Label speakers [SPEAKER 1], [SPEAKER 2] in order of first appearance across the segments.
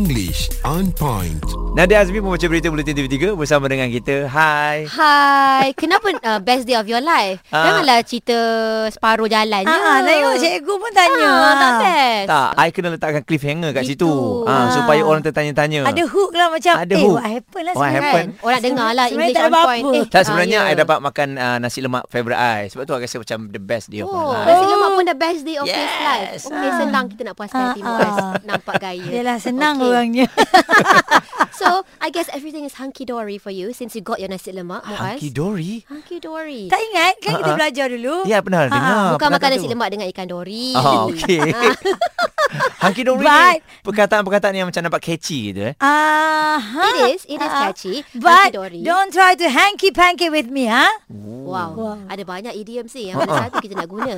[SPEAKER 1] English on point.
[SPEAKER 2] Nadia Azmi membaca berita Buletin TV3 bersama dengan kita. Hai.
[SPEAKER 3] Hai, kenapa uh, best day of your life?
[SPEAKER 2] Ah.
[SPEAKER 3] Janganlah cerita separuh jalan je.
[SPEAKER 4] Ah, tengok cikgu pun tanya.
[SPEAKER 3] Ah, tak best.
[SPEAKER 2] Tak, I kena letakkan cliffhanger kat
[SPEAKER 3] Gitu.
[SPEAKER 2] situ. Ha,
[SPEAKER 3] Ah.
[SPEAKER 2] supaya orang tertanya-tanya.
[SPEAKER 4] Ada hook lah macam
[SPEAKER 2] Ada
[SPEAKER 4] eh,
[SPEAKER 2] hook.
[SPEAKER 4] what happened lah
[SPEAKER 2] What
[SPEAKER 4] sebenarnya.
[SPEAKER 2] happened?
[SPEAKER 3] Kan? Orang dengar lah
[SPEAKER 4] Sebenarnya
[SPEAKER 3] English
[SPEAKER 4] tak
[SPEAKER 3] on
[SPEAKER 4] ada
[SPEAKER 3] point.
[SPEAKER 4] apa-apa.
[SPEAKER 2] tak sebenarnya
[SPEAKER 3] Ah,
[SPEAKER 2] I
[SPEAKER 3] ya.
[SPEAKER 2] dapat makan uh, nasi lemak favorite I. Sebab tu I rasa macam the best dia. Ah.
[SPEAKER 3] Oh,
[SPEAKER 2] life.
[SPEAKER 3] nasi lemak pun the best day of yes. his
[SPEAKER 2] Yes.
[SPEAKER 3] life. Okay,
[SPEAKER 4] Ah.
[SPEAKER 3] senang kita nak puaskan
[SPEAKER 4] Ah,
[SPEAKER 3] hati Muaz.
[SPEAKER 4] ah.
[SPEAKER 3] Nampak gaya.
[SPEAKER 4] Yelah senang
[SPEAKER 3] Eh. Okay.
[SPEAKER 4] okay. orangnya
[SPEAKER 3] So, I guess everything is hunky-dory for you since you got your nasi lemak, Muaz.
[SPEAKER 2] Hunky dory.
[SPEAKER 3] Hunky-dory.
[SPEAKER 4] Tak ingat kan kita
[SPEAKER 2] Ah, ah.
[SPEAKER 4] belajar dulu
[SPEAKER 2] Ya, pernah
[SPEAKER 4] Ah,
[SPEAKER 2] dengar.
[SPEAKER 3] Bukan
[SPEAKER 2] pernah
[SPEAKER 3] makan
[SPEAKER 2] tahu
[SPEAKER 3] nasi
[SPEAKER 2] tu.
[SPEAKER 3] lemak dengan ikan dori.
[SPEAKER 2] Ah, okey. Hunky dory ni
[SPEAKER 4] But-
[SPEAKER 2] perkataan-perkataan yang macam nampak catchy gitu eh.
[SPEAKER 4] Aha. Ah,
[SPEAKER 3] It is, it is catchy.
[SPEAKER 4] But
[SPEAKER 3] Hunky-dory.
[SPEAKER 4] don't try to hanky-panky with me, ha?
[SPEAKER 3] Wow.
[SPEAKER 4] Wow. Ha,
[SPEAKER 3] Ada banyak idiom sih yang mana satu kita nak guna.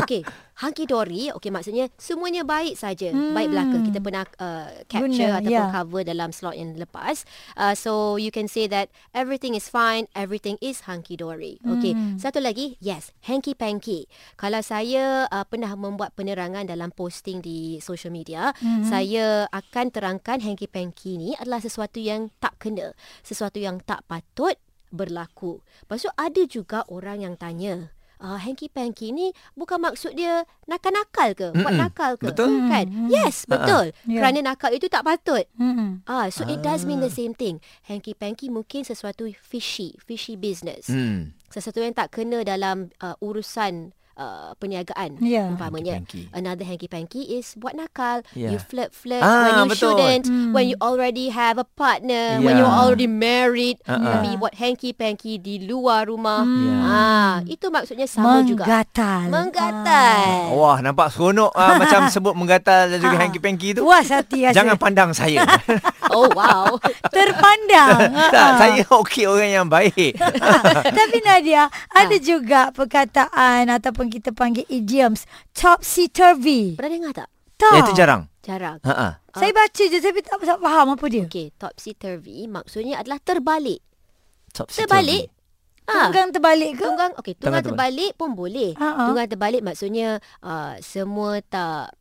[SPEAKER 3] Okey, hunky dory, okey maksudnya semuanya baik saja. Hmm. Baik belaka kita pernah uh, capture
[SPEAKER 4] Guna,
[SPEAKER 3] ataupun
[SPEAKER 4] ya.
[SPEAKER 3] cover dalam slot yang lepas. Uh, so you can say that everything is fine, everything is hunky dory. Okey.
[SPEAKER 4] Hmm.
[SPEAKER 3] Satu lagi, yes, hanky panky. Kalau saya uh, pernah membuat penerangan dalam posting di social media, hmm. saya akan terangkan hanky panky ni adalah sesuatu yang tak kena, sesuatu yang tak patut berlaku. Lepas tu ada juga orang yang tanya, uh, hanky panky ni bukan maksud dia nakal-nakal ke? Buat
[SPEAKER 2] Mm-mm.
[SPEAKER 3] nakal ke?
[SPEAKER 2] Betul.
[SPEAKER 3] Kan? Yes, betul.
[SPEAKER 4] Ya.
[SPEAKER 3] Kerana nakal itu tak patut.
[SPEAKER 4] Hmm.
[SPEAKER 3] Ah, so it does mean the same thing. Hanky panky mungkin sesuatu fishy, fishy business.
[SPEAKER 2] Hmm.
[SPEAKER 3] Sesuatu yang tak kena dalam uh, urusan uh, perniagaan
[SPEAKER 4] Ya.
[SPEAKER 3] umpamanya.
[SPEAKER 2] Hanky-panky.
[SPEAKER 3] Another hanky-panky is buat nakal.
[SPEAKER 2] Ya.
[SPEAKER 3] You flirt-flirt
[SPEAKER 2] Ah,
[SPEAKER 3] when you
[SPEAKER 2] betul.
[SPEAKER 3] shouldn't, when you already have a partner, when
[SPEAKER 2] Ya.
[SPEAKER 3] you're already married,
[SPEAKER 2] Ah, ah.
[SPEAKER 3] tapi buat hanky-panky di luar rumah.
[SPEAKER 2] Ya.
[SPEAKER 3] Ah, itu maksudnya sama juga.
[SPEAKER 4] Menggatal.
[SPEAKER 3] Menggatal.
[SPEAKER 2] Wah, nampak seronok ah, macam sebut menggatal dan juga
[SPEAKER 4] Ah.
[SPEAKER 2] hanky-panky
[SPEAKER 4] Ah.
[SPEAKER 2] tu.
[SPEAKER 4] Puas hati rasa.
[SPEAKER 2] Jangan pandang saya.
[SPEAKER 3] Oh, wow.
[SPEAKER 4] Terpandang. Ah,
[SPEAKER 2] tak,
[SPEAKER 3] Ah.
[SPEAKER 2] saya okey orang yang baik.
[SPEAKER 4] Tapi
[SPEAKER 3] Ah.
[SPEAKER 4] Nadia, ada juga perkataan ataupun kita panggil idioms topsy-turvy.
[SPEAKER 3] Pernah dengar tak?
[SPEAKER 4] Tak.
[SPEAKER 2] Yang itu jarang.
[SPEAKER 3] Jarang.
[SPEAKER 2] Ha ah.
[SPEAKER 4] Saya baca je tapi tak, tak faham apa dia.
[SPEAKER 3] Okey, topsy-turvy maksudnya adalah terbalik.
[SPEAKER 2] Top
[SPEAKER 3] Terbalik. Ah.
[SPEAKER 4] Tunggang terbalik ke?
[SPEAKER 3] Tunggang okey,
[SPEAKER 2] Tunggang
[SPEAKER 3] tunggang terbalik pun boleh.
[SPEAKER 4] Ha-ha.
[SPEAKER 3] Tunggang terbalik maksudnya uh, semua tak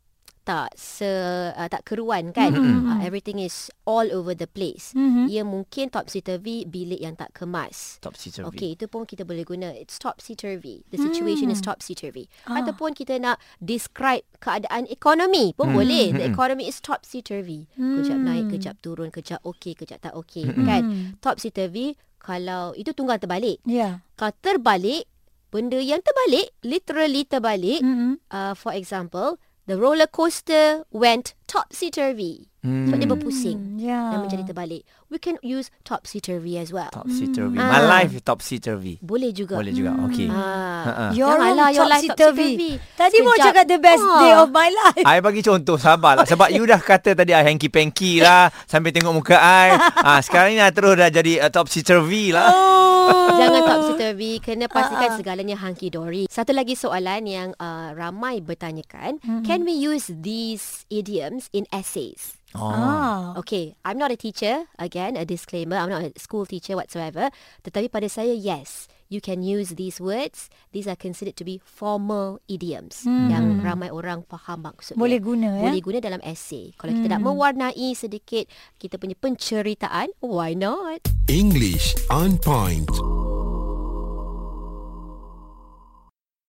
[SPEAKER 3] tak se uh, tak keruan kan. Uh, everything is all over the place.
[SPEAKER 4] Mhm.
[SPEAKER 3] Ia mungkin topsy turvy bilik yang tak kemas.
[SPEAKER 2] Topsy turvy.
[SPEAKER 3] Okey, itu pun kita boleh guna. It's topsy-turvy. The situation is topsy-turvy. Ataupun kita nak describe keadaan ekonomi pun boleh. The economy is topsy-turvy. Kejap naik, kejap turun, kejap okey, kejap tak okey. Kan? Topsy-turvy, kalau itu tunggang terbalik.
[SPEAKER 4] Hmm. Ya.
[SPEAKER 3] Kalau terbalik, benda yang terbalik, literally terbalik.
[SPEAKER 2] Hmm.
[SPEAKER 4] Mm-mm.
[SPEAKER 3] Uh, for example, the roller coaster went topsy-turvy. Sebab dia berpusing
[SPEAKER 4] Ya.
[SPEAKER 2] Ah.
[SPEAKER 3] dan menjadi terbalik. We can use topsy-turvy as well.
[SPEAKER 2] Topsy turvy.
[SPEAKER 3] Ah.
[SPEAKER 2] My life topsy turvy.
[SPEAKER 3] Boleh juga.
[SPEAKER 2] Boleh juga. Okey.
[SPEAKER 3] Ah,
[SPEAKER 2] Ha-ha.
[SPEAKER 4] Your
[SPEAKER 3] Janganlah,
[SPEAKER 4] life
[SPEAKER 3] your life
[SPEAKER 4] topsy-turvy.
[SPEAKER 3] topsy-turvy.
[SPEAKER 4] Tadi mau
[SPEAKER 3] Sekejap.
[SPEAKER 4] cakap the best
[SPEAKER 3] Ah.
[SPEAKER 4] day of my life.
[SPEAKER 2] I bagi contoh sabarlah sebab you dah kata tadi I hanky panky lah sampai tengok muka I. Ah sekarang ni I terus dah jadi uh, topsy turvy lah.
[SPEAKER 4] Oh.
[SPEAKER 3] Jangan
[SPEAKER 2] Ah.
[SPEAKER 3] topsy turvy Kena pastikan segalanya hunky dory Satu lagi soalan yang uh, ramai bertanyakan
[SPEAKER 2] Hmm.
[SPEAKER 3] mm-hmm. Can we use these idioms in essays?
[SPEAKER 4] Ah.
[SPEAKER 3] Okay, I'm not a teacher. Again, a disclaimer. I'm not a school teacher whatsoever. Tetapi pada saya, yes, you can use these words. These are considered to be formal idioms hmm. yang ramai orang faham maksudnya.
[SPEAKER 4] Boleh guna, ya? Hmm.
[SPEAKER 3] Boleh guna dalam esei. Kalau kita nak mewarnai sedikit kita punya penceritaan, why not?
[SPEAKER 1] English on point.